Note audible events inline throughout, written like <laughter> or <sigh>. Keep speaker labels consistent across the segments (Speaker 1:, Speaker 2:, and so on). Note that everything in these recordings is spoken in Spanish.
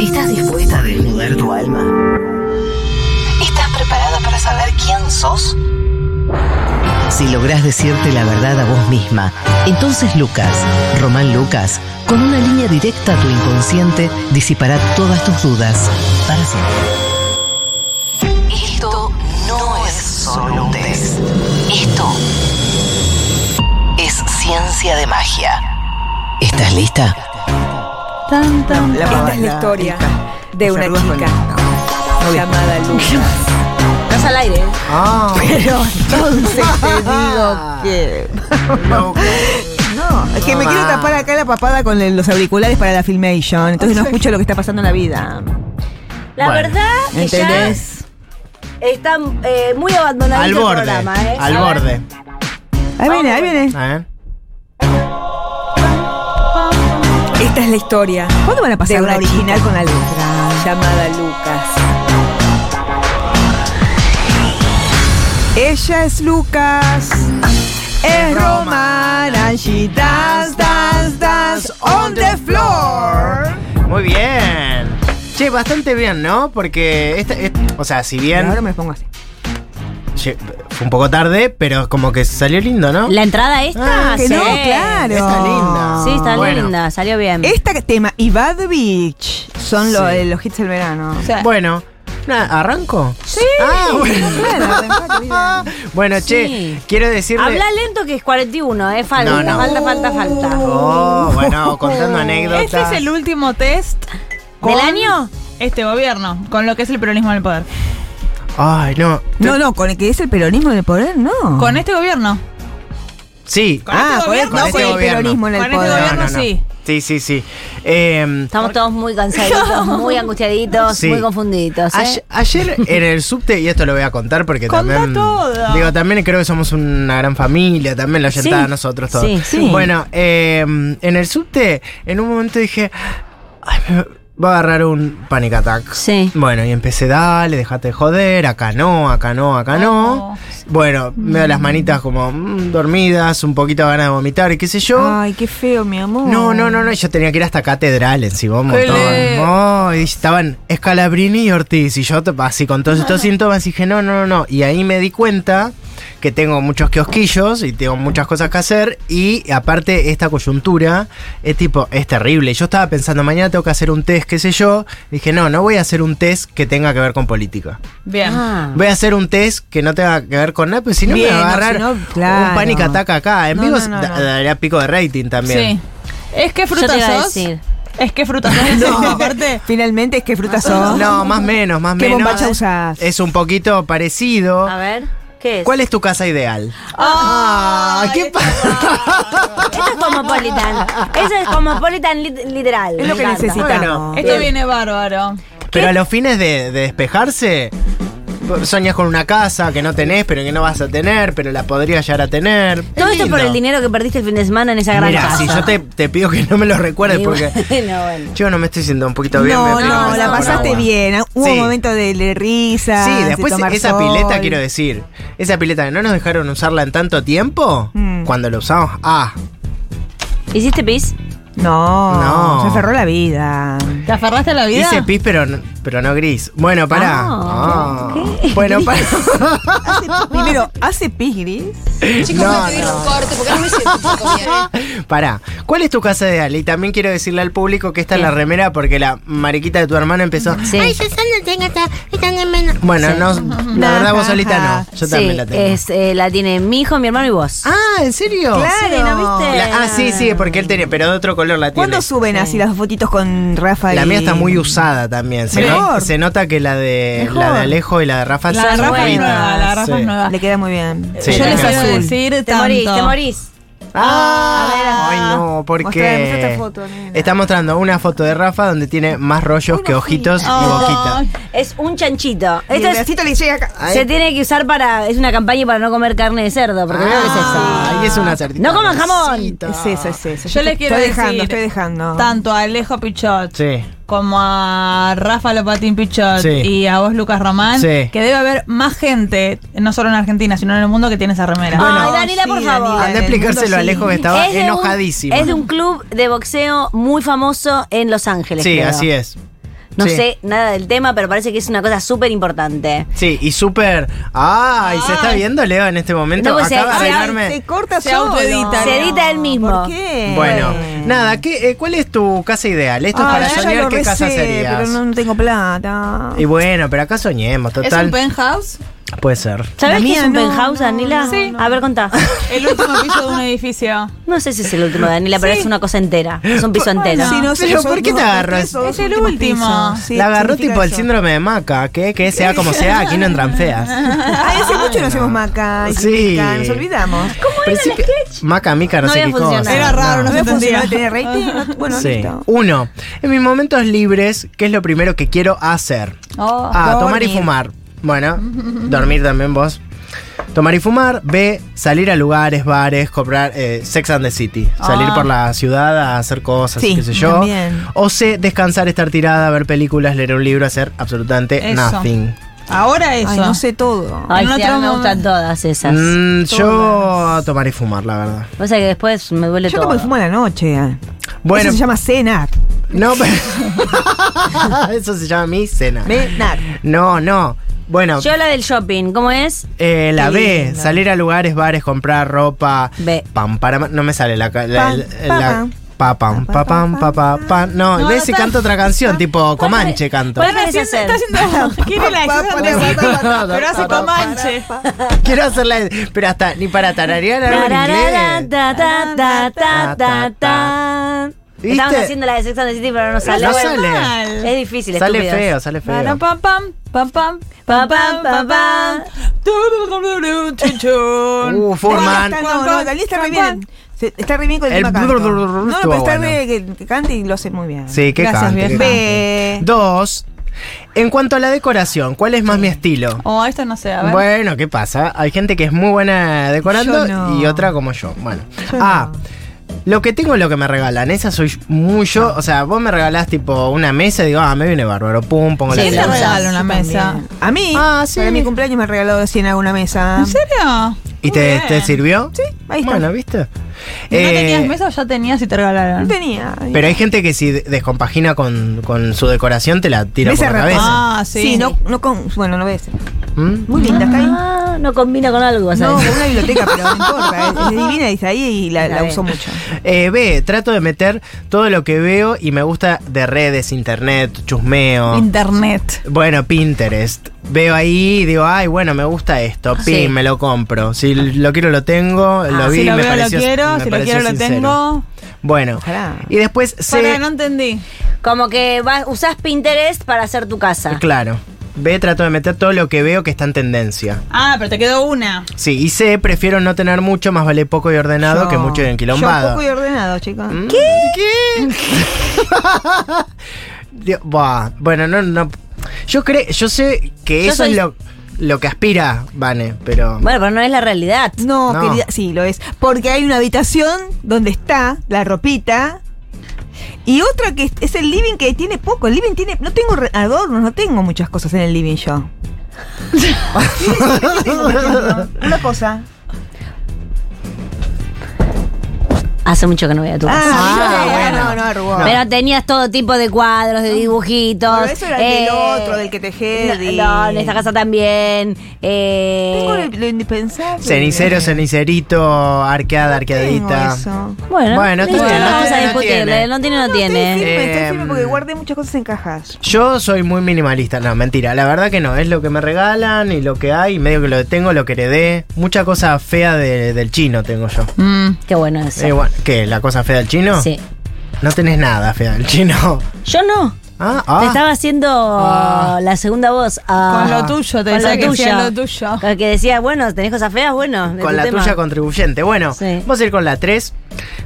Speaker 1: ¿Estás dispuesta a desnudar tu alma?
Speaker 2: ¿Estás preparada para saber quién sos?
Speaker 1: Si lográs decirte la verdad a vos misma, entonces Lucas, Román Lucas, con una línea directa a tu inconsciente, disipará todas tus dudas para siempre.
Speaker 2: Esto no es solo un test. Esto es ciencia de magia.
Speaker 1: ¿Estás lista?
Speaker 3: Tan, tan.
Speaker 4: La
Speaker 5: Esta
Speaker 4: banda,
Speaker 5: es la historia
Speaker 4: esta.
Speaker 5: de una
Speaker 4: Saludos con-
Speaker 5: chica
Speaker 4: no. No,
Speaker 5: llamada Lucas.
Speaker 3: Estás al
Speaker 6: ¿eh?
Speaker 3: aire.
Speaker 4: Ah,
Speaker 5: Pero entonces te <laughs> digo que.
Speaker 4: loco.
Speaker 5: No, es que me
Speaker 4: No,
Speaker 5: quiero
Speaker 4: ma.
Speaker 5: tapar acá la papada con el- los auriculares para la filmation. Entonces no escucho lo que está pasando en la vida.
Speaker 3: La
Speaker 4: Bueno,
Speaker 3: verdad que
Speaker 5: ¿Entendés?
Speaker 3: ya está eh, muy abandonado
Speaker 4: Al
Speaker 3: el
Speaker 4: borde.
Speaker 3: programa, ¿eh?
Speaker 4: Al
Speaker 3: A ver.
Speaker 4: borde. ¿eh?
Speaker 5: Ahí viene, ahí viene.
Speaker 4: A ver.
Speaker 5: Esta es la historia. ¿Cuándo van a pasar
Speaker 3: De
Speaker 5: una
Speaker 3: una
Speaker 5: original con la letra?
Speaker 3: Llamada Lucas.
Speaker 5: Ella es Lucas. Es Roman and she dance, dance, dance on the floor.
Speaker 4: Muy bien. Che, bastante bien, ¿no? Porque, esta- est- o sea, si
Speaker 5: Y
Speaker 4: bien
Speaker 5: Ahora me pongo así.
Speaker 4: che, fue un poco tarde, pero como que salió lindo, ¿no?
Speaker 6: La entrada esta,
Speaker 4: Ah,
Speaker 5: que
Speaker 6: sí.
Speaker 5: no, claro.
Speaker 4: Está linda.
Speaker 6: Sí, está
Speaker 4: Bueno.
Speaker 6: linda, salió bien.
Speaker 5: Este tema y Bad Beach son lo-
Speaker 4: Sí.
Speaker 5: eh, los hits del verano.
Speaker 4: Bueno, nada, ¿arranco? Sí. Ah, bueno.
Speaker 5: Claro, arrancá, querida.
Speaker 4: Bueno, che,
Speaker 6: Sí.
Speaker 4: quiero decirle...
Speaker 6: Habla lento que es 41, ¿eh? Falta,
Speaker 4: No, no.
Speaker 6: falta, falta, falta.
Speaker 4: Oh, bueno, contando anécdotas.
Speaker 7: Este es el último test
Speaker 6: ¿Del año?
Speaker 7: este gobierno, con lo que es el peronismo en el poder.
Speaker 4: Ay, no.
Speaker 5: No, no, con el que es el peronismo en el poder, no.
Speaker 7: Con este gobierno.
Speaker 4: Sí.
Speaker 7: con este
Speaker 5: ah, con el,
Speaker 7: gobierno,
Speaker 5: no,
Speaker 4: sí.
Speaker 5: con el
Speaker 4: Con este
Speaker 5: peronismo en el
Speaker 7: Con este
Speaker 5: poder.
Speaker 7: gobierno sí.
Speaker 4: Sí, sí, sí. Eh,
Speaker 6: Estamos todos muy cansaditos, muy angustiaditos,
Speaker 4: Sí.
Speaker 6: muy confundidos. ¿eh?
Speaker 4: Ay- Ayer en el subte, y esto lo voy a contar porque
Speaker 7: Contá
Speaker 4: también.
Speaker 7: todo.
Speaker 4: Digo, también creo que somos una gran familia, también la gente
Speaker 6: Sí.
Speaker 4: a nosotros todos.
Speaker 6: Sí, sí.
Speaker 4: Bueno, eh, en el subte, en un momento dije. Ay, me va a agarrar un panic attack.
Speaker 6: Sí.
Speaker 4: Bueno, y empecé, dale, dejate de joder, acá no, acá no, acá no.
Speaker 6: Oh.
Speaker 7: no.
Speaker 4: Bueno, me veo las manitas como mm, dormidas, un poquito de ganas de vomitar y qué sé yo.
Speaker 6: Ah.
Speaker 5: Ay, qué feo, mi amor.
Speaker 4: No, no, no, no, yo tenía que ir hasta Catedral encima, un
Speaker 7: Qué
Speaker 4: montón.
Speaker 7: le-
Speaker 4: No, Oh, y estaban Escalabrini y Ortiz, y yo t- así con todos
Speaker 5: Ah.
Speaker 4: estos síntomas dije, no, no, no, no. Y ahí me di cuenta que tengo muchos kiosquillos y tengo muchas cosas que hacer, y aparte esta coyuntura es tipo, es terrible. Yo estaba pensando, mañana tengo que hacer un test, qué sé yo. Dije, no, no voy a hacer un test que tenga que ver con política.
Speaker 7: Bien.
Speaker 6: Ah.
Speaker 4: Voy a hacer un test que no tenga que ver con nada, pero si no
Speaker 5: Bien,
Speaker 4: me va a
Speaker 5: no,
Speaker 4: agarrar
Speaker 5: si no, claro.
Speaker 4: un pánico ataca acá. En
Speaker 5: No,
Speaker 4: vivo
Speaker 5: no, no,
Speaker 4: da-
Speaker 5: no.
Speaker 4: daría pico de rating también.
Speaker 7: Sí. Es que
Speaker 6: Yo te
Speaker 7: frutas
Speaker 6: iba a
Speaker 7: sos.
Speaker 6: decir.
Speaker 7: Es que frutas
Speaker 6: <laughs>
Speaker 7: sos.
Speaker 5: No.
Speaker 7: Aparte,
Speaker 5: <laughs> Finalmente, ¿qué frutas son?
Speaker 4: No, más menos, más
Speaker 5: ¿Qué
Speaker 4: menos.
Speaker 5: bombacha usás?
Speaker 4: Es un poquito parecido.
Speaker 6: A ver, ¿qué es?
Speaker 4: ¿Cuál es tu casa ideal? ah, ¿qué pasa?
Speaker 6: Esa es Cosmopolitan. Esa es Cosmopolitan lit- literal.
Speaker 5: <laughs> Es lo
Speaker 6: me
Speaker 5: que
Speaker 6: encanta.
Speaker 5: necesitamos.
Speaker 7: esto viene bárbaro.
Speaker 4: pero a los fines de, de despejarse, soñas con una casa que no tenés, pero que no vas a tener, pero la podrías llegar a tener.
Speaker 6: Todo
Speaker 4: Es
Speaker 6: esto por
Speaker 4: lindo.
Speaker 6: el dinero que perdiste el fin de semana en esa gran
Speaker 4: Mira,
Speaker 6: casa.
Speaker 4: si yo te, te pido que no me lo recuerdes
Speaker 6: Y
Speaker 4: porque
Speaker 6: bueno, bueno.
Speaker 4: yo no me estoy sintiendo un poquito bien.
Speaker 5: No,
Speaker 4: me
Speaker 5: no,
Speaker 4: fui a
Speaker 5: la
Speaker 4: tomar
Speaker 5: pasaste
Speaker 4: agua.
Speaker 5: bien. ¿ah? Hubo
Speaker 4: Sí.
Speaker 5: un momento de, de risa.
Speaker 4: Sí,
Speaker 5: de
Speaker 4: después
Speaker 5: tomar
Speaker 4: esa
Speaker 5: sol.
Speaker 4: pileta, quiero decir, esa pileta que no nos dejaron usarla en tanto tiempo,
Speaker 5: Mm.
Speaker 4: cuando la usamos, ah,
Speaker 6: ¿Hiciste pis?
Speaker 5: No,
Speaker 4: No.
Speaker 5: se aferró la vida.
Speaker 7: ¿Te aferraste a la vida?
Speaker 4: Hice pis, pero, n- pero no gris. Bueno, pará.
Speaker 6: Ah,
Speaker 4: Ah. Bueno, pará. <laughs>
Speaker 5: Primero, ¿hace pis gris?
Speaker 4: no, no. <laughs> Pará. ¿Cuál es tu casa ideal? Y también quiero decirle al público que esta es la remera porque la mariquita de tu hermano empezó.
Speaker 6: Sí.
Speaker 4: Bueno,
Speaker 6: Sí.
Speaker 4: no, la verdad vos solita no. Yo también
Speaker 6: Sí,
Speaker 4: la tengo.
Speaker 6: Es, eh, la tiene mi hijo, mi hermano y vos.
Speaker 4: Ah, ¿en serio?
Speaker 6: Sí, ¿no viste?
Speaker 4: La- ah, sí, sí, porque él tenía, pero de otro color la tiene.
Speaker 5: ¿Cuándo suben así las fotitos con Rafa
Speaker 4: La
Speaker 5: y-
Speaker 4: mía está muy usada también. Se, no-
Speaker 5: Mejor.
Speaker 4: se nota que la de, la de Alejo y la de Rafa
Speaker 7: La
Speaker 4: son
Speaker 7: garrafa es
Speaker 4: buenas.
Speaker 7: nueva, la garrafa
Speaker 4: Sí.
Speaker 7: es nueva.
Speaker 5: Le queda muy bien.
Speaker 4: Sí,
Speaker 7: Yo
Speaker 4: la
Speaker 7: les
Speaker 4: garrafa
Speaker 7: quiero
Speaker 4: azul.
Speaker 7: decir
Speaker 6: te
Speaker 7: tanto.
Speaker 6: morís, te morís.
Speaker 4: Ah, ay no, porque
Speaker 5: Mostrá- mostrá esta foto, nena.
Speaker 4: está mostrando una foto de Rafa donde tiene más rollos que ojitos y boquita.
Speaker 7: Ay,
Speaker 6: Es un chanchito.
Speaker 5: Y el
Speaker 6: Esto es-
Speaker 5: bracito le llega acá.
Speaker 6: se tiene que usar para. Es una campaña para no comer carne de cerdo, porque creo que es eso.
Speaker 4: Ah, y es una certita.
Speaker 6: No coman jamón.
Speaker 5: Es eso, es eso.
Speaker 7: Yo le
Speaker 5: estoy- estoy
Speaker 7: quiero decir
Speaker 5: dejando, estoy
Speaker 6: Ah.
Speaker 5: dejando.
Speaker 7: Tanto a Alejo Pichot.
Speaker 4: Sí.
Speaker 7: como a Rafa Lopatín Pichot
Speaker 4: Sí.
Speaker 7: y a vos Lucas Román,
Speaker 4: Sí.
Speaker 7: que debe haber más gente, no solo en Argentina, sino en el mundo que tiene esa remera.
Speaker 6: Bueno, Ay, Daniela, por favor.
Speaker 5: Daniela,
Speaker 6: Andá a
Speaker 5: en
Speaker 4: Anda
Speaker 5: el
Speaker 4: a explicárselo a
Speaker 5: mundo,
Speaker 4: Alejo que
Speaker 5: sí.
Speaker 4: estaba
Speaker 6: de un-
Speaker 4: enojadísimo.
Speaker 6: es de un club de boxeo muy famoso en Los Ángeles.
Speaker 4: sí,
Speaker 6: creo.
Speaker 4: así es.
Speaker 6: No
Speaker 4: Sí.
Speaker 6: sé nada del tema, pero parece que es una cosa súper importante.
Speaker 4: Sí, y súper. ¡Ay! ¿Se está viendo Leo en este momento?
Speaker 6: No, pues, se-
Speaker 4: Acaba de
Speaker 6: se-
Speaker 4: arreglarme.
Speaker 5: Se corta
Speaker 7: Se
Speaker 5: solo.
Speaker 7: autoedita,
Speaker 6: Se edita él mismo.
Speaker 5: ¿Por qué?
Speaker 4: Bueno, nada, ¿qué, eh, ¿cuál es tu casa ideal? Esto es
Speaker 5: Ay,
Speaker 4: para
Speaker 5: ya
Speaker 4: soñar
Speaker 5: lo
Speaker 4: qué casa
Speaker 5: recé,
Speaker 4: serías.
Speaker 5: Pero no, no tengo plata.
Speaker 4: Y bueno, pero acá soñemos,
Speaker 7: Ah, ¿Es un
Speaker 4: total.
Speaker 7: penthouse?
Speaker 4: Puede ser.
Speaker 6: ¿Sabes
Speaker 5: La
Speaker 6: qué
Speaker 5: mía
Speaker 6: es un
Speaker 5: no,
Speaker 6: penthouse,
Speaker 5: no,
Speaker 6: Anila?
Speaker 7: no, no.
Speaker 6: A ver,
Speaker 5: <laughs>
Speaker 6: contá.
Speaker 7: El último piso de un
Speaker 6: <laughs>
Speaker 7: edificio.
Speaker 6: No sé si es el último de Anila, pero
Speaker 7: Sí.
Speaker 6: es una cosa entera. Es un piso entero.
Speaker 5: Sí, no sé,
Speaker 4: Pero
Speaker 5: yo-
Speaker 4: ¿por qué
Speaker 5: no,
Speaker 4: te agarras?
Speaker 5: tres o dos
Speaker 7: Es el
Speaker 5: últimos
Speaker 7: último.
Speaker 5: pisos. Sí,
Speaker 4: La agarró
Speaker 5: significa
Speaker 4: tipo el
Speaker 5: eso.
Speaker 4: síndrome de maca, que, que sea como sea, aquí no entran feas.
Speaker 5: Ay, hace mucho no hacemos maca. y
Speaker 4: Sí.
Speaker 5: significa, Nos olvidamos.
Speaker 4: Principio- Maca, mica, no,
Speaker 6: No
Speaker 4: sé qué
Speaker 6: había funcionado.
Speaker 4: cosa.
Speaker 7: Era raro, no
Speaker 5: No
Speaker 7: se
Speaker 5: me
Speaker 7: entendía.
Speaker 5: funcionó tener rating. no- Bueno,
Speaker 4: Sí.
Speaker 5: listo.
Speaker 4: Uno, en mis momentos libres, ¿qué es lo primero que quiero hacer?
Speaker 7: Oh.
Speaker 4: A, tomar y
Speaker 5: dormir.
Speaker 4: fumar. Bueno, dormir también vos. Tomar y fumar. B, salir a lugares, bares, comprar eh, Sex and the City. Salir por la ciudad a hacer cosas,
Speaker 5: Sí,
Speaker 4: qué sé yo.
Speaker 5: también.
Speaker 4: O C, descansar, estar tirada, ver películas, leer un libro, hacer absolutamente
Speaker 7: Eso.
Speaker 4: nothing.
Speaker 7: Ahora eso. Ah,
Speaker 5: Ay, no sé todo.
Speaker 6: Ay,
Speaker 7: En
Speaker 6: sí,
Speaker 7: otro
Speaker 6: a mí me gustan
Speaker 7: momento.
Speaker 6: todas esas.
Speaker 4: Mm, yo tomar y fumar, la verdad.
Speaker 6: O sea que después me duele
Speaker 5: Yo
Speaker 6: todo.
Speaker 5: como el fumo a la noche. Bueno.
Speaker 4: Bueno,
Speaker 5: Eso se llama cenar.
Speaker 4: no, pero- <laughs> eso se llama mi cena.
Speaker 5: Cenar.
Speaker 4: No, no. Bueno,
Speaker 6: Yo la del shopping, ¿cómo es?
Speaker 4: eh, la
Speaker 5: Qué
Speaker 4: B,
Speaker 5: lindo.
Speaker 4: salir a lugares, bares, comprar ropa.
Speaker 6: B.
Speaker 4: Pam, para, no me sale la. ca- la,
Speaker 5: Pam,
Speaker 4: el- la- pa, pam, pa, pam, pa, pa, pa. No,
Speaker 7: No,
Speaker 4: ves
Speaker 7: no
Speaker 4: si
Speaker 7: está-
Speaker 4: canto otra canción, tipo Comanche canto.
Speaker 6: ¿Cuál
Speaker 7: Está
Speaker 6: querés hacer?
Speaker 7: haciendo, está haciendo- quiere la ayuda, pero hace comanche.
Speaker 4: Quiero hacerla. Pero hasta ni para tararear ahora en
Speaker 6: Tararara,
Speaker 4: inglés.
Speaker 6: ta, ta, ta, ta, ta, ta.
Speaker 4: ¿Viste?
Speaker 6: Estaban haciendo la de Sex and the City, pero no sale.
Speaker 4: No
Speaker 6: Bueno,
Speaker 4: sale.
Speaker 6: Es difícil,
Speaker 4: Sale
Speaker 6: estúpidos.
Speaker 4: feo, sale feo.
Speaker 7: Para pam pam pam pam
Speaker 6: Pam, pam, pam, pam.
Speaker 7: Tururururu, chun, chun.
Speaker 4: Uh, Furman.
Speaker 5: No, no, no, Dalí está re bien. Se- Está re bien con el,
Speaker 4: El
Speaker 5: tema canto.
Speaker 4: blur, blur, blur,
Speaker 5: No, no,
Speaker 4: estuvo
Speaker 5: pero está
Speaker 4: bueno.
Speaker 5: re que, que cante y lo hace muy bien.
Speaker 4: Sí, que
Speaker 7: Gracias,
Speaker 4: cante, que
Speaker 7: vieja.
Speaker 4: cante.
Speaker 5: Ve.
Speaker 4: Dos. En cuanto a la decoración, ¿cuál es más mi estilo?
Speaker 7: Oh, esto no sé, a ver.
Speaker 4: Bueno, ¿qué pasa? Hay gente que es muy buena decorando
Speaker 5: Yo no.
Speaker 4: y otra como yo. Bueno.
Speaker 5: Yo
Speaker 4: ah, lo que tengo es lo que me regalan. Esa soy muy yo.
Speaker 5: Ah.
Speaker 4: O sea, vos me regalás tipo una mesa y digo, ah, me viene bárbaro. Pum, pongo
Speaker 7: Sí,
Speaker 4: la mesa.
Speaker 7: te regalo una
Speaker 5: Yo
Speaker 7: mesa.
Speaker 5: también. A mí,
Speaker 4: Ah, sí.
Speaker 5: para mi cumpleaños me regaló recién alguna mesa.
Speaker 7: ¿En serio?
Speaker 4: ¿Y te, te sirvió?
Speaker 5: Sí, ahí está.
Speaker 4: Bueno, ¿viste?
Speaker 7: ¿No
Speaker 4: Eh,
Speaker 7: tenías mesa o ya tenías y te
Speaker 5: No
Speaker 7: regalaron?
Speaker 5: tenía.
Speaker 4: Pero hay gente que si descompagina con, con su decoración te la tira
Speaker 5: Mesa
Speaker 4: por la
Speaker 5: redonda.
Speaker 4: cabeza.
Speaker 7: Ah, sí.
Speaker 5: sí, no, no con. Bueno, no ves.
Speaker 4: ¿Mm?
Speaker 5: Muy linda, está ahí.
Speaker 6: Ah, no combina con algo,
Speaker 5: No,
Speaker 6: ¿sabes?
Speaker 5: con una biblioteca, pero no importa. Es, es divina y está ahí y la,
Speaker 6: Está
Speaker 5: la
Speaker 6: bien.
Speaker 5: uso mucho.
Speaker 4: Eh, B, trato de meter todo lo que veo y me gusta de redes, internet, chusmeo.
Speaker 7: Internet.
Speaker 4: Bueno, Pinterest. Veo ahí y digo, ay, bueno, me gusta
Speaker 7: Ah,
Speaker 4: esto. Pim,
Speaker 6: Sí.
Speaker 4: me lo compro. Si lo quiero, lo tengo. lo vi,
Speaker 7: si lo
Speaker 4: me
Speaker 7: veo,
Speaker 4: pareció-
Speaker 7: lo quiero.
Speaker 4: me
Speaker 7: Si lo
Speaker 4: pareció
Speaker 7: quiero, lo
Speaker 4: sincero.
Speaker 7: tengo.
Speaker 4: Bueno.
Speaker 5: Ojalá.
Speaker 4: Y después
Speaker 7: Para,
Speaker 4: C.
Speaker 7: no entendí.
Speaker 6: Como que vas, usás Pinterest para hacer tu casa.
Speaker 4: eh, Claro. B, trato de meter todo lo que veo que está en tendencia.
Speaker 7: Ah, pero te quedó una.
Speaker 4: Sí, y C, prefiero no tener mucho, más vale poco y ordenado
Speaker 5: Yo-
Speaker 4: que mucho y
Speaker 5: Yo
Speaker 4: enquilombado.
Speaker 5: poco y ordenado, chicos.
Speaker 4: ¿Qué? <laughs> Digo, buah, bueno, no, no. Yo creo, yo sé que
Speaker 6: Yo
Speaker 4: eso
Speaker 6: soy-
Speaker 4: es lo, lo que aspira, Vane, pero.
Speaker 6: Bueno, pero no es la realidad.
Speaker 5: No,
Speaker 4: No.
Speaker 5: querida, sí, lo es. Porque hay una habitación donde está la ropita y otra que es- es el living que tiene poco. El living tiene. No tengo re- adornos, no tengo muchas cosas en el living <laughs> yo. una cosa.
Speaker 6: Hace mucho que no voy a tu casa.
Speaker 5: Ah,
Speaker 6: <laughs>
Speaker 4: Ah,
Speaker 5: bueno, no, no, arrugó.
Speaker 6: Pero tenías todo tipo de cuadros, de dibujitos.
Speaker 5: Pero eso era
Speaker 6: eh,
Speaker 5: del otro, del que tejé.
Speaker 6: no, no, en esta casa también. eh,
Speaker 5: Tengo lo, lo indispensable.
Speaker 4: Cenicero, cenicerito, arqueada,
Speaker 5: Tengo
Speaker 4: arqueadita.
Speaker 5: eso.
Speaker 6: Bueno,
Speaker 4: Bueno, está
Speaker 6: listo,
Speaker 4: bien,
Speaker 6: no
Speaker 4: no
Speaker 6: vamos a
Speaker 4: tiene, no tiene.
Speaker 6: discutirle. No tiene, no
Speaker 5: Estoy
Speaker 6: tiene.
Speaker 5: firme, estoy firme
Speaker 4: Em,
Speaker 5: porque guardé muchas cosas en cajas.
Speaker 4: Yo soy muy minimalista, no, mentira, la verdad que no, es lo que me regalan y lo que hay, medio que lo tengo, lo que heredé, mucha cosa fea de- del chino tengo yo.
Speaker 6: Qué bueno eso.
Speaker 4: Eh, bueno, ¿Qué? ¿La cosa fea del chino?
Speaker 6: Sí.
Speaker 4: No tenés nada fea del chino. <laughs>
Speaker 6: Yo no.
Speaker 4: Ah,
Speaker 6: Te
Speaker 4: ah.
Speaker 6: estaba haciendo la segunda voz. ah,
Speaker 7: Con lo tuyo, te
Speaker 6: con
Speaker 7: decía
Speaker 6: lo
Speaker 7: que
Speaker 6: tuyo.
Speaker 7: hacía lo tuyo.
Speaker 6: Con el que decía, bueno, tenés cosas feas, bueno. de
Speaker 4: Con
Speaker 6: tu
Speaker 4: la
Speaker 6: tema.
Speaker 4: tuya contribuyente. Bueno,
Speaker 6: Sí.
Speaker 4: vamos a ir con la 3.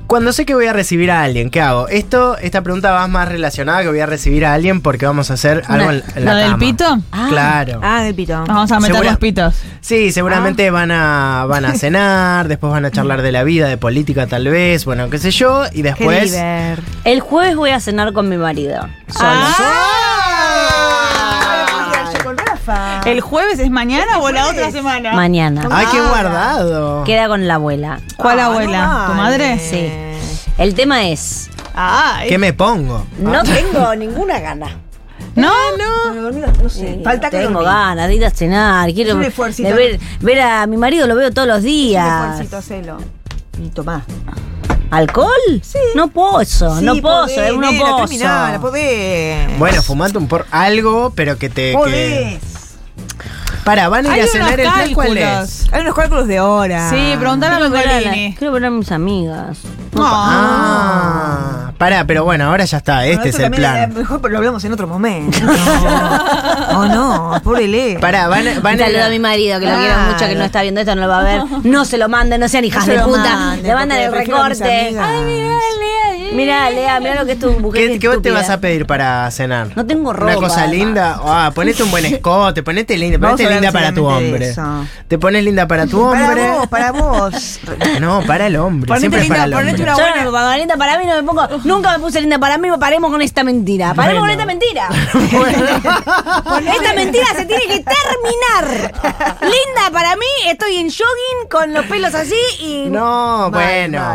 Speaker 4: Cuando sé que voy a recibir a alguien, ¿qué hago? Esto, esta pregunta va más relacionada que voy a recibir a alguien porque vamos a hacer algo en, en la
Speaker 7: ¿Lo del
Speaker 4: cama.
Speaker 7: pito?
Speaker 4: Claro.
Speaker 5: Ah, del pito.
Speaker 7: Vamos a meter
Speaker 4: Segura-
Speaker 7: los pitos.
Speaker 4: Sí, seguramente van a van a cenar, después van a charlar de la vida, de política tal vez, bueno, qué sé yo,
Speaker 5: Qué
Speaker 4: y después
Speaker 5: liber.
Speaker 6: El jueves voy a cenar con mi marido.
Speaker 4: sola.
Speaker 7: Ah.
Speaker 5: Ay, voy a ir yo con Rafa.
Speaker 7: ¿El jueves es mañana o la otra semana?
Speaker 6: Mañana.
Speaker 4: ¡Ay, qué guardado!
Speaker 6: Queda con la abuela.
Speaker 7: ¿Cuál
Speaker 5: Ah,
Speaker 7: abuela?
Speaker 5: no
Speaker 7: ¿Tu
Speaker 5: vale.
Speaker 7: madre?
Speaker 6: Sí. El tema es,
Speaker 7: Ah,
Speaker 4: ¿Qué me pongo?
Speaker 5: Ah. <laughs>
Speaker 6: no tengo ninguna gana.
Speaker 7: ¿No?
Speaker 5: Pero conmigo, no sé,
Speaker 6: Sí,
Speaker 5: falta que
Speaker 6: Eh, tengo
Speaker 5: dormí.
Speaker 6: ganas de ir a cenar, quiero
Speaker 5: un esfuercito.
Speaker 6: de ver, ver a mi marido lo veo todos los
Speaker 5: Un
Speaker 6: días.
Speaker 5: esfuercito, hacelo. Y tomá.
Speaker 6: ¿Alcohol? No pozo,
Speaker 5: Sí,
Speaker 6: no pozo,
Speaker 5: podés,
Speaker 6: es uno
Speaker 5: eh, nena,
Speaker 6: pozo.
Speaker 5: terminá, la podés.
Speaker 4: Bueno, fumate un por algo, pero que te. Que...
Speaker 5: Podés.
Speaker 4: Para, van a ir a
Speaker 7: Hay
Speaker 4: cenar el
Speaker 7: unos
Speaker 4: plan cuál es. Este
Speaker 7: cálculos.
Speaker 5: Hay unos cálculos de hora.
Speaker 7: Sí, preguntale a
Speaker 6: Quiero ver a la-
Speaker 7: Mengolini.
Speaker 6: Quiero ver a mis amigas.
Speaker 4: Ah. Pará, pero bueno, ahora ya está,
Speaker 5: Bueno,
Speaker 4: este es
Speaker 5: esto
Speaker 4: el
Speaker 5: también
Speaker 4: plan.
Speaker 5: era- Mejor pero lo hablamos en otro
Speaker 4: <laughs>
Speaker 5: momento. o no, pobre Leo.
Speaker 4: Pará, van, a-
Speaker 6: eh, Un
Speaker 4: van a.
Speaker 6: saludo a mi marido, que lo quiero
Speaker 5: Claro.
Speaker 6: mucho, que no está viendo esto, no lo va a
Speaker 5: <laughs>
Speaker 6: ver. No se lo manden, no sean hijas
Speaker 5: se
Speaker 6: de
Speaker 5: lo
Speaker 6: puta.
Speaker 5: manden,
Speaker 6: le mandan
Speaker 5: porque
Speaker 6: el
Speaker 5: prefiero a mis
Speaker 6: recorte.
Speaker 5: amigas.
Speaker 6: Ay, mirá, Lea. Mirá, Lea, mirá lo que es tu buquete.
Speaker 4: ¿Qué, qué vos te
Speaker 6: estúpida.
Speaker 4: vas a pedir para cenar?
Speaker 6: No tengo ropa,
Speaker 4: Una cosa
Speaker 6: además.
Speaker 4: linda. Ah, ponete
Speaker 6: <laughs>
Speaker 4: un buen escote, ponete linda,
Speaker 5: Vamos a
Speaker 4: ponete
Speaker 5: hablar
Speaker 4: linda para tu
Speaker 5: solamente de
Speaker 4: hombre.
Speaker 5: eso.
Speaker 4: Te pones linda para tu hombre.
Speaker 5: Para vos, para
Speaker 4: <laughs>
Speaker 5: vos.
Speaker 4: No, para el hombre.
Speaker 5: Ponete
Speaker 4: siempre
Speaker 5: linda,
Speaker 4: para el
Speaker 5: ponete
Speaker 4: hombre.
Speaker 5: una
Speaker 6: Yo no me pongo linda para mí, no me
Speaker 4: <laughs>
Speaker 6: pongo. Nunca me puse linda para mí, paremos con esta mentira. Paremos con esta
Speaker 4: <laughs>
Speaker 6: mentira. esta mentira se tiene que terminar.
Speaker 4: <laughs>
Speaker 6: Linda para mí, estoy en jogging con los pelos así y.
Speaker 4: No, bueno.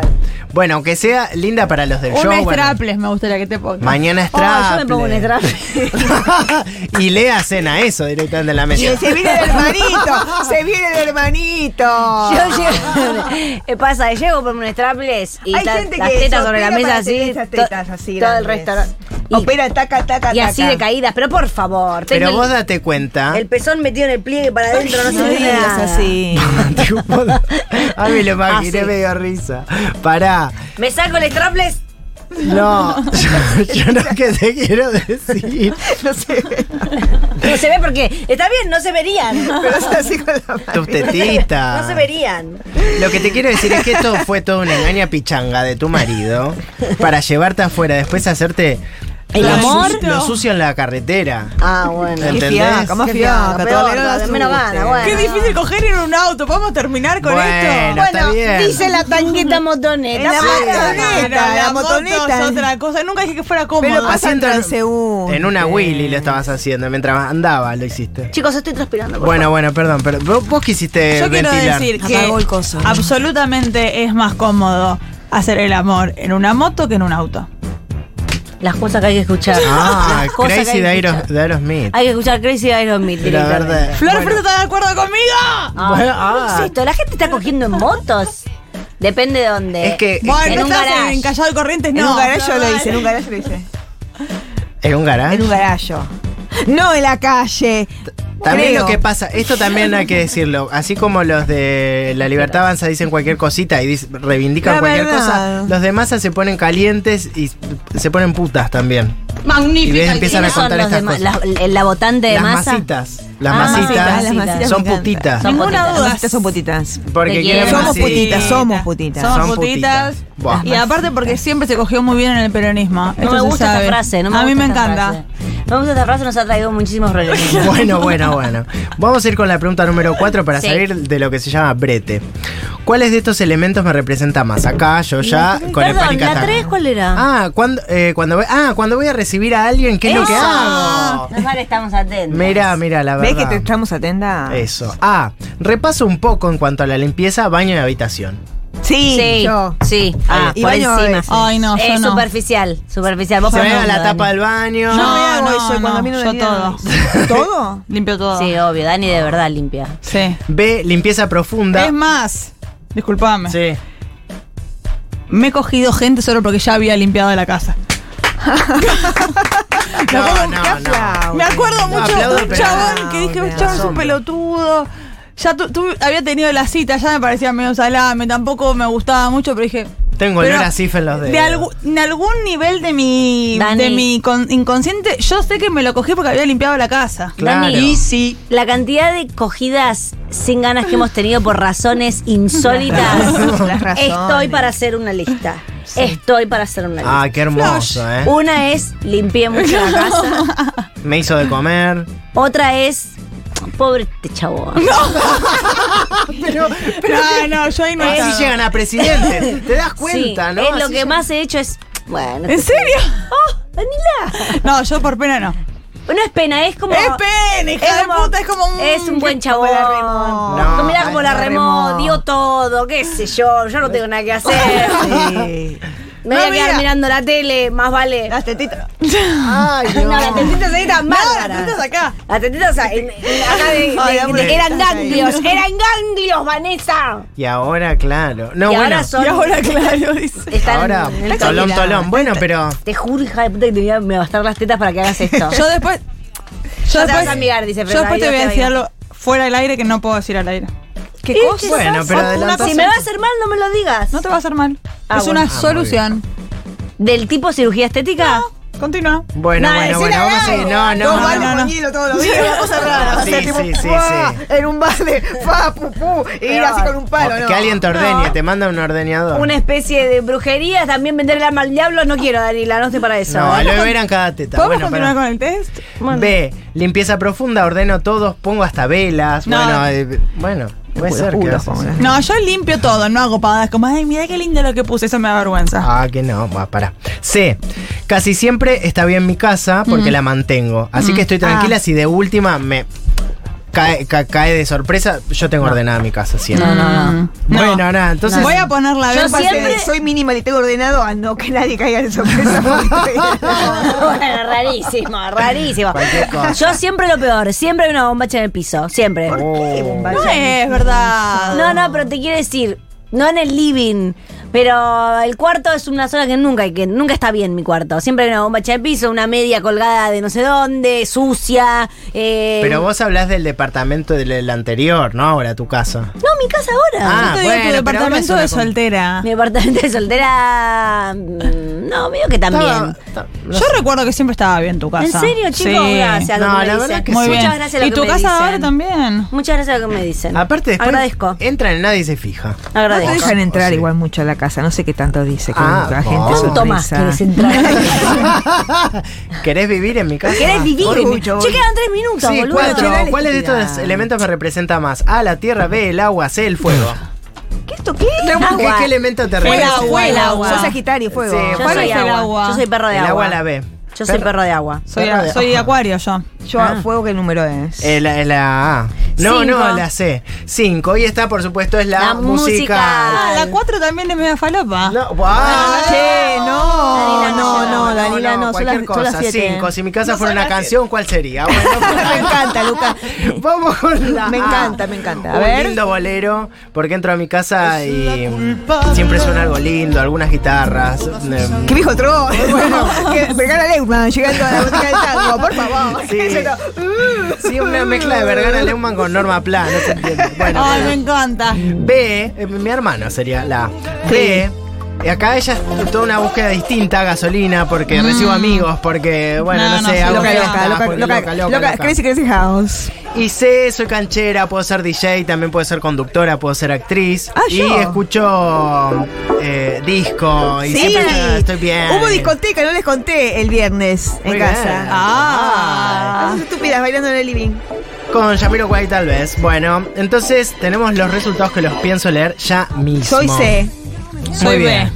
Speaker 4: Bueno, aunque sea linda para los del
Speaker 7: Una
Speaker 4: show. bueno.
Speaker 7: strapless me gustaría que te pongas.
Speaker 4: Mañana
Speaker 6: Oh,
Speaker 4: strap.
Speaker 6: yo me pongo un strapless.
Speaker 4: <laughs> y Lea cena eso directamente en la mesa.
Speaker 5: Y se viene el hermanito, se viene el hermanito.
Speaker 6: Yo llego, eh, pasa, llego por un strapless y
Speaker 5: Hay
Speaker 6: ta-
Speaker 5: gente
Speaker 6: las
Speaker 5: que se
Speaker 6: tetas sobre la
Speaker 5: opera
Speaker 6: mesa
Speaker 5: para
Speaker 6: así,
Speaker 5: tener esas
Speaker 6: to-
Speaker 5: tetas así
Speaker 6: todo el
Speaker 5: grandes.
Speaker 6: restaurante. Y,
Speaker 5: Opera taca, taca, taca.
Speaker 6: y así de caídas, pero por favor,
Speaker 4: Pero
Speaker 6: tengo
Speaker 4: vos
Speaker 6: el,
Speaker 4: date cuenta.
Speaker 6: el pezón metido en el pliegue para adentro, no,
Speaker 5: No
Speaker 6: se ve
Speaker 5: digas
Speaker 6: nada.
Speaker 5: así.
Speaker 4: <laughs> A mí lo imaginé,
Speaker 6: Así.
Speaker 4: me dio risa. Pará.
Speaker 6: Me saco el strapless.
Speaker 4: No, yo, yo lo que te quiero decir.
Speaker 5: <laughs> No sé,
Speaker 6: No se ve porque. Está bien, no se verían.
Speaker 5: pero es así con la mano.
Speaker 4: Tus
Speaker 6: <laughs>
Speaker 4: tetitas.
Speaker 6: No se verían.
Speaker 4: Lo que te quiero decir es que esto fue toda una engaña pichanga de tu marido para llevarte afuera, después hacerte
Speaker 6: ¿El
Speaker 4: lo
Speaker 6: amor?
Speaker 4: su- lo sucio en la carretera.
Speaker 6: Ah, bueno.
Speaker 4: ¿Entendés?
Speaker 5: Qué fiaca, más
Speaker 6: Qué
Speaker 5: fiaca.
Speaker 6: fiaca,
Speaker 5: todavía
Speaker 6: peor,
Speaker 5: no la
Speaker 6: todavía menos
Speaker 5: subiste.
Speaker 6: gana, bueno.
Speaker 7: Qué difícil coger en un auto. ¿Podemos terminar con
Speaker 4: Bueno,
Speaker 7: esto?
Speaker 4: está bien.
Speaker 6: Dice la tangueta motoneta.
Speaker 5: La
Speaker 6: Sí.
Speaker 5: motoneta,
Speaker 7: Pero
Speaker 5: la
Speaker 7: moto
Speaker 5: motoneta.
Speaker 7: es otra cosa. Nunca dije que fuera cómodo.
Speaker 5: Pero pasa en
Speaker 4: Asiento en-
Speaker 5: transeúnte.
Speaker 4: En una Willy lo estabas haciendo, mientras andaba lo hiciste.
Speaker 6: Chicos, estoy transpirando. por
Speaker 4: Bueno, bueno, perdón, pero vos, vos quisiste
Speaker 7: Yo quiero
Speaker 4: ventilar.
Speaker 7: decir
Speaker 5: Apagó
Speaker 7: que
Speaker 5: el coso.
Speaker 7: absolutamente es más cómodo hacer el amor en una moto que en un auto.
Speaker 6: favor. Las cosas que hay que escuchar.
Speaker 4: Ah,
Speaker 6: Las <laughs> cosas que
Speaker 4: Crazy
Speaker 6: hay
Speaker 4: de,
Speaker 6: que
Speaker 4: Aero-
Speaker 6: escuchar.
Speaker 4: de Aerosmith.
Speaker 6: Hay que escuchar Crazy Aerosmith.
Speaker 4: La
Speaker 6: directamente.
Speaker 4: verdad.
Speaker 7: Flor Alfredo, ¿está de acuerdo conmigo?
Speaker 6: Ah,
Speaker 4: Bueno, ah.
Speaker 6: ¿qué es esto? La gente está cogiendo en motos. Depende de dónde.
Speaker 4: Es que
Speaker 7: Bueno,
Speaker 6: en
Speaker 7: no
Speaker 6: un
Speaker 7: estás
Speaker 6: garage.
Speaker 7: en Callao de Corrientes, no.
Speaker 5: En un garaje yo lo
Speaker 7: chaval.
Speaker 5: hice, en un garaje lo hice.
Speaker 4: en un garage.
Speaker 5: En un garaje. No en la calle.
Speaker 4: También
Speaker 5: Creo.
Speaker 4: lo que pasa, esto también hay que decirlo, así como los de La Libertad Avanza dicen cualquier cosita y dis- reivindican
Speaker 5: La
Speaker 4: cualquier
Speaker 5: verdad.
Speaker 4: cosa, los de Massa se ponen calientes y se ponen putas también. Y les empiezan a
Speaker 6: ¿Quiénes son
Speaker 4: contar
Speaker 6: los
Speaker 4: estas
Speaker 6: de ma-
Speaker 4: cosas.
Speaker 6: la, la votante de
Speaker 4: las
Speaker 6: masa.
Speaker 4: masitas, las
Speaker 6: Ah,
Speaker 4: masitas,
Speaker 5: las masitas
Speaker 4: son
Speaker 5: me encantan.
Speaker 4: putitas,
Speaker 6: Son
Speaker 7: Ninguna
Speaker 6: potitas.
Speaker 5: Las
Speaker 7: duda.
Speaker 5: masitas son putitas.
Speaker 4: porque
Speaker 6: Te
Speaker 4: quieren
Speaker 6: quiero.
Speaker 5: Somos
Speaker 4: masitas.
Speaker 5: putitas, somos putitas.
Speaker 7: Somos,
Speaker 4: Son
Speaker 7: putitas.
Speaker 4: putitas. Buah.
Speaker 7: Y aparte porque siempre se cogió muy bien en el peronismo.
Speaker 6: No me gusta esta frase, no me
Speaker 7: A mí
Speaker 6: gusta
Speaker 7: me
Speaker 6: esta
Speaker 7: encanta.
Speaker 6: frase. No me gusta esta frase, nos ha traído muchísimos
Speaker 4: <laughs>
Speaker 6: problemas.
Speaker 4: Bueno, bueno, bueno. Vamos a ir con la pregunta número 4 para
Speaker 6: Sí.
Speaker 4: salir de lo que se llama brete. ¿Cuáles de estos elementos me representa más? Acá, yo ya, con el
Speaker 6: Perdón,
Speaker 4: pánico
Speaker 6: ¿la 3 cuál era?
Speaker 4: Ah, cuando, eh, cuando, voy, ah, cuando voy a recibir a alguien, ¿qué es lo que
Speaker 6: Eso.
Speaker 4: hago?
Speaker 6: Nosotros estamos atentos.
Speaker 4: Mira, mira, la
Speaker 5: ¿Ves
Speaker 4: verdad.
Speaker 5: que te estamos atenta?
Speaker 4: Eso. Ah, repaso un poco en cuanto a la limpieza, baño y habitación.
Speaker 5: Sí,
Speaker 6: Sí,
Speaker 5: yo.
Speaker 6: sí. Ah,
Speaker 5: Y
Speaker 6: por
Speaker 5: baño
Speaker 6: encima.
Speaker 5: es-
Speaker 7: Ay, no, yo
Speaker 6: es
Speaker 7: no.
Speaker 6: superficial, superficial. Vos
Speaker 4: Eh, Se
Speaker 6: por
Speaker 4: ve a
Speaker 6: ejemplo,
Speaker 4: la
Speaker 6: Dani.
Speaker 4: tapa del baño.
Speaker 7: No,
Speaker 5: me hago
Speaker 7: no,
Speaker 5: eso cuando
Speaker 7: no,
Speaker 5: a mí no me
Speaker 7: yo
Speaker 5: viene
Speaker 7: todo.
Speaker 5: nada.
Speaker 4: <laughs>
Speaker 5: ¿Todo?
Speaker 7: Limpio todo.
Speaker 6: Sí, obvio, Dani de verdad limpia.
Speaker 7: Sí.
Speaker 4: B, limpieza profunda.
Speaker 7: Es más, disculpame.
Speaker 4: Sí.
Speaker 7: Me he cogido gente solo porque ya había limpiado
Speaker 4: <laughs>
Speaker 7: la casa.
Speaker 4: No,
Speaker 5: ¿Qué
Speaker 4: no, no.
Speaker 5: aplauso?
Speaker 7: Me acuerdo
Speaker 4: No,
Speaker 7: mucho
Speaker 4: aplaudo,
Speaker 7: de un
Speaker 4: pero
Speaker 7: chabón
Speaker 5: no,
Speaker 7: que dije,
Speaker 5: me
Speaker 7: "Este chabón es un
Speaker 4: asombro".
Speaker 7: pelotudo. Ya tu- tu- había tenido la cita, ya me parecía medio salame, tampoco me gustaba mucho, pero dije.
Speaker 4: Tengo
Speaker 7: pero
Speaker 4: olor a cif en los dedos.
Speaker 7: De algu- en algún nivel de mi,
Speaker 6: Dani.
Speaker 7: de mi con- inconsciente, yo sé que me lo cogí porque había limpiado la casa.
Speaker 4: Claro.
Speaker 6: Dani,
Speaker 7: Y sí.
Speaker 6: La cantidad de cogidas sin ganas que hemos tenido por razones
Speaker 7: <laughs>
Speaker 6: insólitas.
Speaker 5: Las razones.
Speaker 6: Estoy para hacer una lista. Estoy para hacer una lista.
Speaker 4: Ah, qué hermoso, eh.
Speaker 6: Una es limpié mucho la
Speaker 7: <laughs>
Speaker 6: casa.
Speaker 4: Me hizo de comer.
Speaker 6: Otra es pobre este chabón.
Speaker 7: Ah, no, yo ahí no
Speaker 4: Así
Speaker 7: estaba.
Speaker 4: llegan a presidente. Te das cuenta,
Speaker 6: Sí,
Speaker 4: ¿no?
Speaker 6: Es lo
Speaker 4: Así
Speaker 6: que
Speaker 4: ya-
Speaker 6: más he hecho es. Bueno,
Speaker 7: ¿En serio?
Speaker 6: Danila.
Speaker 7: No, yo por pena no.
Speaker 6: No es pena, es como.
Speaker 7: es pena, hija
Speaker 6: es
Speaker 7: de
Speaker 6: como-
Speaker 7: puta, es como un.
Speaker 6: Es un buen chabón.
Speaker 5: la remó.
Speaker 4: No,
Speaker 6: Mirá cómo la
Speaker 5: la
Speaker 6: remó,
Speaker 5: remó.
Speaker 6: dio todo, qué sé yo, yo no tengo nada que hacer.
Speaker 5: Sí.
Speaker 6: Me voy a
Speaker 7: No,
Speaker 6: quedar
Speaker 7: mira. Ah,
Speaker 6: mirando la tele, más vale.
Speaker 5: Las
Speaker 6: Ah,
Speaker 5: tetitas.
Speaker 4: Ay,
Speaker 6: No, las tetitas ahí tan bárbaras.
Speaker 7: las tetitas Ah, acá.
Speaker 6: Las tetitas o sea, en- en- acá de- de-
Speaker 5: Ay, amor,
Speaker 6: de- eran
Speaker 5: estás ahí.
Speaker 6: ganglios, eran ganglios, Vanessa.
Speaker 4: Y ahora, claro. No,
Speaker 6: y
Speaker 4: bueno.
Speaker 6: ahora son.
Speaker 7: Y ahora, claro, dice.
Speaker 6: están
Speaker 4: ahora,
Speaker 6: en el
Speaker 4: tolón,
Speaker 6: tobillo.
Speaker 4: tolón. Bueno, pero.
Speaker 6: Te juro, hija de puta, que te voy a me bastar las tetas para que hagas esto.
Speaker 7: <laughs> Yo después.
Speaker 6: te
Speaker 7: Yo
Speaker 6: vas a amigar, dice,
Speaker 7: yo
Speaker 6: pero todavía
Speaker 7: después te voy a
Speaker 6: te
Speaker 7: decir
Speaker 6: oigo.
Speaker 7: algo fuera del aire que no puedo decir al aire.
Speaker 6: ¿Qué
Speaker 4: cosa? Bueno, pero adelantó
Speaker 6: Si me va a hacer mal, no me lo digas.
Speaker 7: No te va a hacer mal.
Speaker 6: Ah,
Speaker 7: es
Speaker 6: bueno.
Speaker 7: una
Speaker 6: Ah,
Speaker 7: solución.
Speaker 6: ¿Del tipo cirugía estética?
Speaker 7: Continúa.
Speaker 4: Bueno,
Speaker 6: No,
Speaker 4: bueno,
Speaker 6: decile
Speaker 4: bueno, vamos a seguir. No, no,
Speaker 5: Dos
Speaker 4: no,
Speaker 5: vales
Speaker 4: no.
Speaker 5: con hielo todos los días, una cosa rara. O sea,
Speaker 4: Sí,
Speaker 5: tipo,
Speaker 4: sí, sí,
Speaker 5: ¡fua!
Speaker 4: sí.
Speaker 5: en un vale, fa, pu, pu, y ir así con un palo,
Speaker 4: O-
Speaker 5: ¿no?
Speaker 4: Que alguien te ordene, te manda un ordeñador.
Speaker 6: Una especie de brujería, también vender el alma al diablo, no quiero, Danila, no estoy para eso.
Speaker 4: no, aloe vera en cada teta. Bueno,
Speaker 7: ¿Podemos continuar
Speaker 4: pero-
Speaker 7: con el test?
Speaker 4: B, limpieza profunda, ordeno todos, pongo hasta velas.
Speaker 7: No.
Speaker 4: Bueno, eh, bueno, puede
Speaker 5: Puros
Speaker 4: ser que
Speaker 5: puros,
Speaker 4: hagas eso.
Speaker 5: Paola.
Speaker 7: No, yo limpio todo, no hago pavadas como, ay, mira qué lindo lo que puse, eso me da vergüenza.
Speaker 4: Ah, que no, va, para. C. Casi siempre está bien mi casa porque la mantengo. Así que estoy
Speaker 7: Ah.
Speaker 4: tranquila si de última me cae, ca- cae de sorpresa. Yo tengo ordenada mi casa siempre. Mm.
Speaker 7: no.
Speaker 4: Bueno, nada, entonces.
Speaker 7: Voy a ponerla a
Speaker 5: Yo
Speaker 7: ver para
Speaker 5: siempre
Speaker 7: que-
Speaker 5: soy mínima y tengo ordenado a no que nadie caiga de sorpresa.
Speaker 6: <laughs>
Speaker 5: <laughs>
Speaker 6: bueno, rarísimo, rarísimo.
Speaker 4: Cualquier
Speaker 7: <laughs>
Speaker 4: cosa.
Speaker 6: Yo siempre lo peor, siempre hay una bombacha en el piso, siempre.
Speaker 4: Oh.
Speaker 7: No es verdad.
Speaker 6: No,
Speaker 4: Ah.
Speaker 6: no, pero te quiero decir, no en el living, pero el cuarto es una zona que nunca hay que nunca está bien mi cuarto. Siempre hay una bomba hecha en el piso, una media colgada de no sé dónde, sucia. eh,
Speaker 4: Pero vos hablás del departamento del, del anterior, ¿no? Ahora tu casa.
Speaker 6: No, mi casa ahora.
Speaker 4: Ah,
Speaker 7: Yo te digo
Speaker 4: bueno,
Speaker 7: tu
Speaker 4: pero ahora es
Speaker 7: departamento
Speaker 4: una
Speaker 7: de
Speaker 4: com-
Speaker 7: soltera.
Speaker 6: Mi apartamento de soltera. mm, No, veo que también.
Speaker 4: Estaba- estaba-
Speaker 7: Yo recuerdo que siempre estaba bien tu casa.
Speaker 6: ¿En serio, chicos?
Speaker 7: Sí.
Speaker 6: Gracias.
Speaker 4: No,
Speaker 6: lo que
Speaker 4: la
Speaker 6: me
Speaker 4: verdad
Speaker 6: dicen.
Speaker 4: que
Speaker 7: Muy
Speaker 4: sí.
Speaker 6: Muchas
Speaker 7: bien.
Speaker 6: gracias a lo
Speaker 7: y
Speaker 6: que
Speaker 7: tu
Speaker 6: me
Speaker 7: casa
Speaker 6: dicen.
Speaker 7: ahora también.
Speaker 6: Muchas gracias a lo que me dicen.
Speaker 4: Aparte después
Speaker 6: Agradezco.
Speaker 4: entra en nadie y se
Speaker 7: <laughs>
Speaker 4: fija.
Speaker 5: No te
Speaker 6: Agradezco.
Speaker 5: dejan entrar
Speaker 4: Sí.
Speaker 5: igual mucho a la casa, no sé qué tanto dice. Que
Speaker 4: Ah,
Speaker 5: la gente
Speaker 4: ¿cuánto
Speaker 5: sonrisa.
Speaker 6: ¿Cuánto más querés entrar?
Speaker 4: <laughs> ¿Querés vivir en mi casa?
Speaker 6: ¿Querés vivir?
Speaker 5: Orgullo,
Speaker 6: che,
Speaker 5: orgullo.
Speaker 6: quedan tres minutos,
Speaker 4: Sí,
Speaker 6: boludo.
Speaker 4: cuatro.
Speaker 5: Che, dale,
Speaker 4: ¿Cuál de
Speaker 5: estúpida.
Speaker 4: estos elementos me representa más? A, la tierra, B, el agua, C,
Speaker 5: <laughs>
Speaker 4: el fuego.
Speaker 5: ¿Qué esto qué?
Speaker 4: ¿Qué,
Speaker 6: Agua.
Speaker 4: qué elemento te
Speaker 7: Fue el
Speaker 4: representa?
Speaker 7: agua, el agua.
Speaker 5: Soy Sagitario, fuego.
Speaker 4: Sí,
Speaker 6: Yo
Speaker 7: ¿Cuál
Speaker 6: soy
Speaker 7: es el
Speaker 6: agua.
Speaker 7: agua?
Speaker 6: Yo soy perro de
Speaker 4: El
Speaker 6: agua.
Speaker 4: agua, la B.
Speaker 6: Yo soy perro de agua.
Speaker 7: Soy,
Speaker 4: Perro de-
Speaker 7: soy acuario yo.
Speaker 5: Yo a fuego, ¿qué número es?
Speaker 4: Eh, la, la A. No,
Speaker 6: Cinco.
Speaker 4: no, la C. Cinco. Y esta, por supuesto, es la,
Speaker 6: La música.
Speaker 4: música.
Speaker 7: Ah, la 4 también es media falopa. Eh,
Speaker 4: No, ¡guau!
Speaker 5: Che, no,
Speaker 6: Dalila,
Speaker 5: Ah, no, no, Dalila, no, son las,
Speaker 4: cualquier
Speaker 5: son
Speaker 4: cosa.
Speaker 5: las siete.
Speaker 4: Cinco. Si mi casa fuera una canción, ¿cuál sería? Bueno,
Speaker 5: <laughs> Me encanta, Luca.
Speaker 4: <laughs> Vamos con la
Speaker 5: Me
Speaker 4: A.
Speaker 5: encanta, me encanta. A
Speaker 4: Un
Speaker 5: ver.
Speaker 4: lindo bolero, porque entro a mi casa y siempre suena algo lindo, algunas guitarras. em,
Speaker 5: ¿Qué viejo tro? <laughs> Bueno, que Vergara Leumann llegando a la botica del tango, por favor. <laughs>
Speaker 4: Sí.
Speaker 5: Eso no. Mm. <laughs>
Speaker 4: Sí, una mezcla de Vergara Leumann con Norma Plan, no se entiende. Bueno,
Speaker 7: Ay, me encanta.
Speaker 4: B, eh, mi hermana sería la A. B. y Acá ella es toda una búsqueda distinta, gasolina, porque
Speaker 5: Mm.
Speaker 4: recibo amigos, porque, bueno,
Speaker 7: No,
Speaker 4: no,
Speaker 7: no,
Speaker 4: sé,
Speaker 7: sí,
Speaker 4: hago
Speaker 5: Loca,
Speaker 4: fiestas,
Speaker 5: loca, loca,
Speaker 4: porque
Speaker 5: loca,
Speaker 4: loca,
Speaker 5: loca,
Speaker 4: loca, loca.
Speaker 5: Crazy Crazy House.
Speaker 4: Y C, soy canchera, puedo ser DJ, también puedo ser conductora, puedo ser actriz.
Speaker 5: Ah,
Speaker 4: y
Speaker 5: yo.
Speaker 4: escucho eh, disco y siempre estoy- estoy bien.
Speaker 5: Hubo discoteca, no les conté el viernes en
Speaker 4: Muy bien.
Speaker 5: casa.
Speaker 7: Ah.
Speaker 5: Las estúpidas bailando en el living.
Speaker 4: Con Yamiro Guay tal vez. Bueno, entonces tenemos los resultados que los pienso leer ya mismo.
Speaker 5: Soy C.
Speaker 7: Soy
Speaker 4: Muy
Speaker 7: B.
Speaker 4: bien.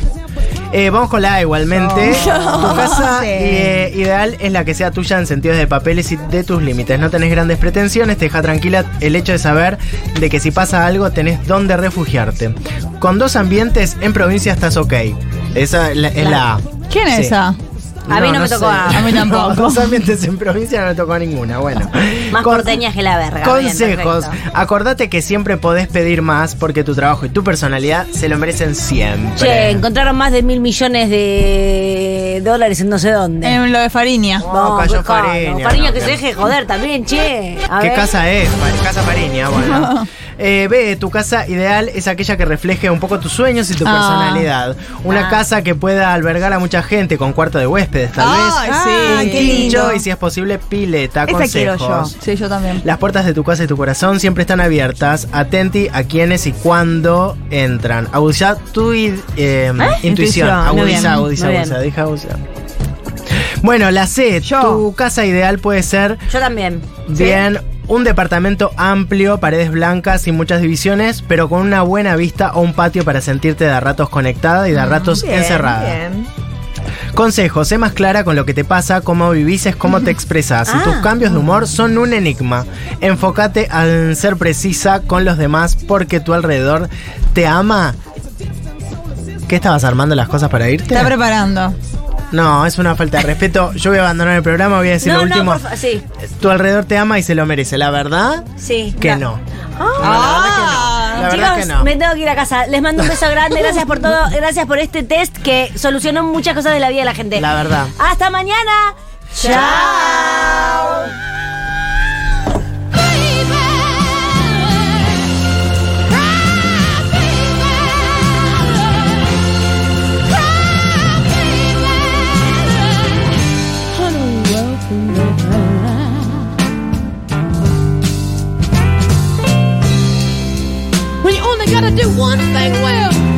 Speaker 4: Eh, vamos con la A igualmente. Tu
Speaker 7: <laughs>
Speaker 4: casa
Speaker 5: Sí.
Speaker 4: eh, ideal es la que sea tuya en sentidos de papeles y de tus límites. No tenés grandes pretensiones, te deja tranquila el hecho de saber de que si pasa algo tenés dónde refugiarte. Con dos ambientes en provincia estás ok. Esa es la, es la A.
Speaker 7: ¿Quién es
Speaker 4: Sí.
Speaker 7: esa?
Speaker 6: A mí no me tocó A.
Speaker 4: <laughs>
Speaker 7: A mí tampoco.
Speaker 4: dos ambientes en provincia no me tocó ninguna. Bueno.
Speaker 6: Más
Speaker 4: Con-
Speaker 6: porteñas que la verga.
Speaker 4: Consejos.
Speaker 6: Bien, perfecto.
Speaker 4: Acordate que siempre podés pedir más porque tu trabajo y tu personalidad se lo merecen siempre.
Speaker 6: Che, encontraron más de mil millones de dólares en no sé dónde.
Speaker 7: En lo de Fariña.
Speaker 4: No,
Speaker 6: Vamos,
Speaker 4: cayó
Speaker 6: qué cono.
Speaker 4: Fariña,
Speaker 6: Fariña
Speaker 4: no,
Speaker 6: que se
Speaker 4: que-
Speaker 6: deje de joder también, che. A
Speaker 4: ¿Qué
Speaker 6: ver.
Speaker 4: casa es? Pa- Casa Pariña,
Speaker 7: <laughs>
Speaker 4: bueno. Eh, B, tu casa ideal es aquella que refleje un poco tus sueños y tu
Speaker 7: Ah.
Speaker 4: personalidad.
Speaker 6: Ah.
Speaker 4: Una casa que pueda albergar a mucha gente con cuarto de huéspedes, tal
Speaker 7: Ay,
Speaker 4: vez.
Speaker 7: sí.
Speaker 5: qué
Speaker 4: Quincho
Speaker 5: lindo.
Speaker 4: y si es posible, pileta,
Speaker 5: Esa
Speaker 4: consejos.
Speaker 5: quiero yo.
Speaker 7: Sí, yo también.
Speaker 4: Las puertas de tu casa y tu corazón siempre están abiertas. Atenti a quiénes y cuándo entran. Agudiza tu id- eh, intuición.
Speaker 5: Ah, Intuición, muy bien,
Speaker 4: Agudiza, agudiza,
Speaker 6: muy bien.
Speaker 4: agudiza. Deja agudiza. Bueno, la C.
Speaker 5: Yo.
Speaker 4: Tu casa ideal puede ser
Speaker 6: Yo también.
Speaker 4: bien un departamento amplio, paredes blancas y muchas divisiones, pero con una buena vista o un patio para sentirte de a ratos conectada y de a ratos
Speaker 5: Ah, Bien,
Speaker 4: encerrada.
Speaker 5: bien.
Speaker 4: Consejo, sé más clara con lo que te pasa, cómo vivís, es cómo te expresas.
Speaker 6: Ah.
Speaker 4: Y tus cambios de humor son un enigma. Enfócate en ser precisa con los demás porque tu alrededor te ama ¿Qué estabas armando las cosas para irte?
Speaker 7: Está preparando.
Speaker 4: No, es una falta de respeto. Yo voy a abandonar el programa, voy a decir
Speaker 6: No,
Speaker 4: lo
Speaker 6: no,
Speaker 4: último.
Speaker 6: por fa- sí,
Speaker 4: Tu alrededor te ama y se lo merece. La verdad
Speaker 6: sí.
Speaker 4: que
Speaker 6: Ya.
Speaker 4: no.
Speaker 7: Ah,
Speaker 4: La verdad
Speaker 6: Chicos,
Speaker 4: que no.
Speaker 6: me tengo que ir a casa. Les mando un beso grande. Gracias por todo. Gracias por este test que solucionó muchas cosas de la vida de la gente.
Speaker 4: La verdad.
Speaker 6: Hasta mañana. Chao.
Speaker 8: When you only gotta do one thing well.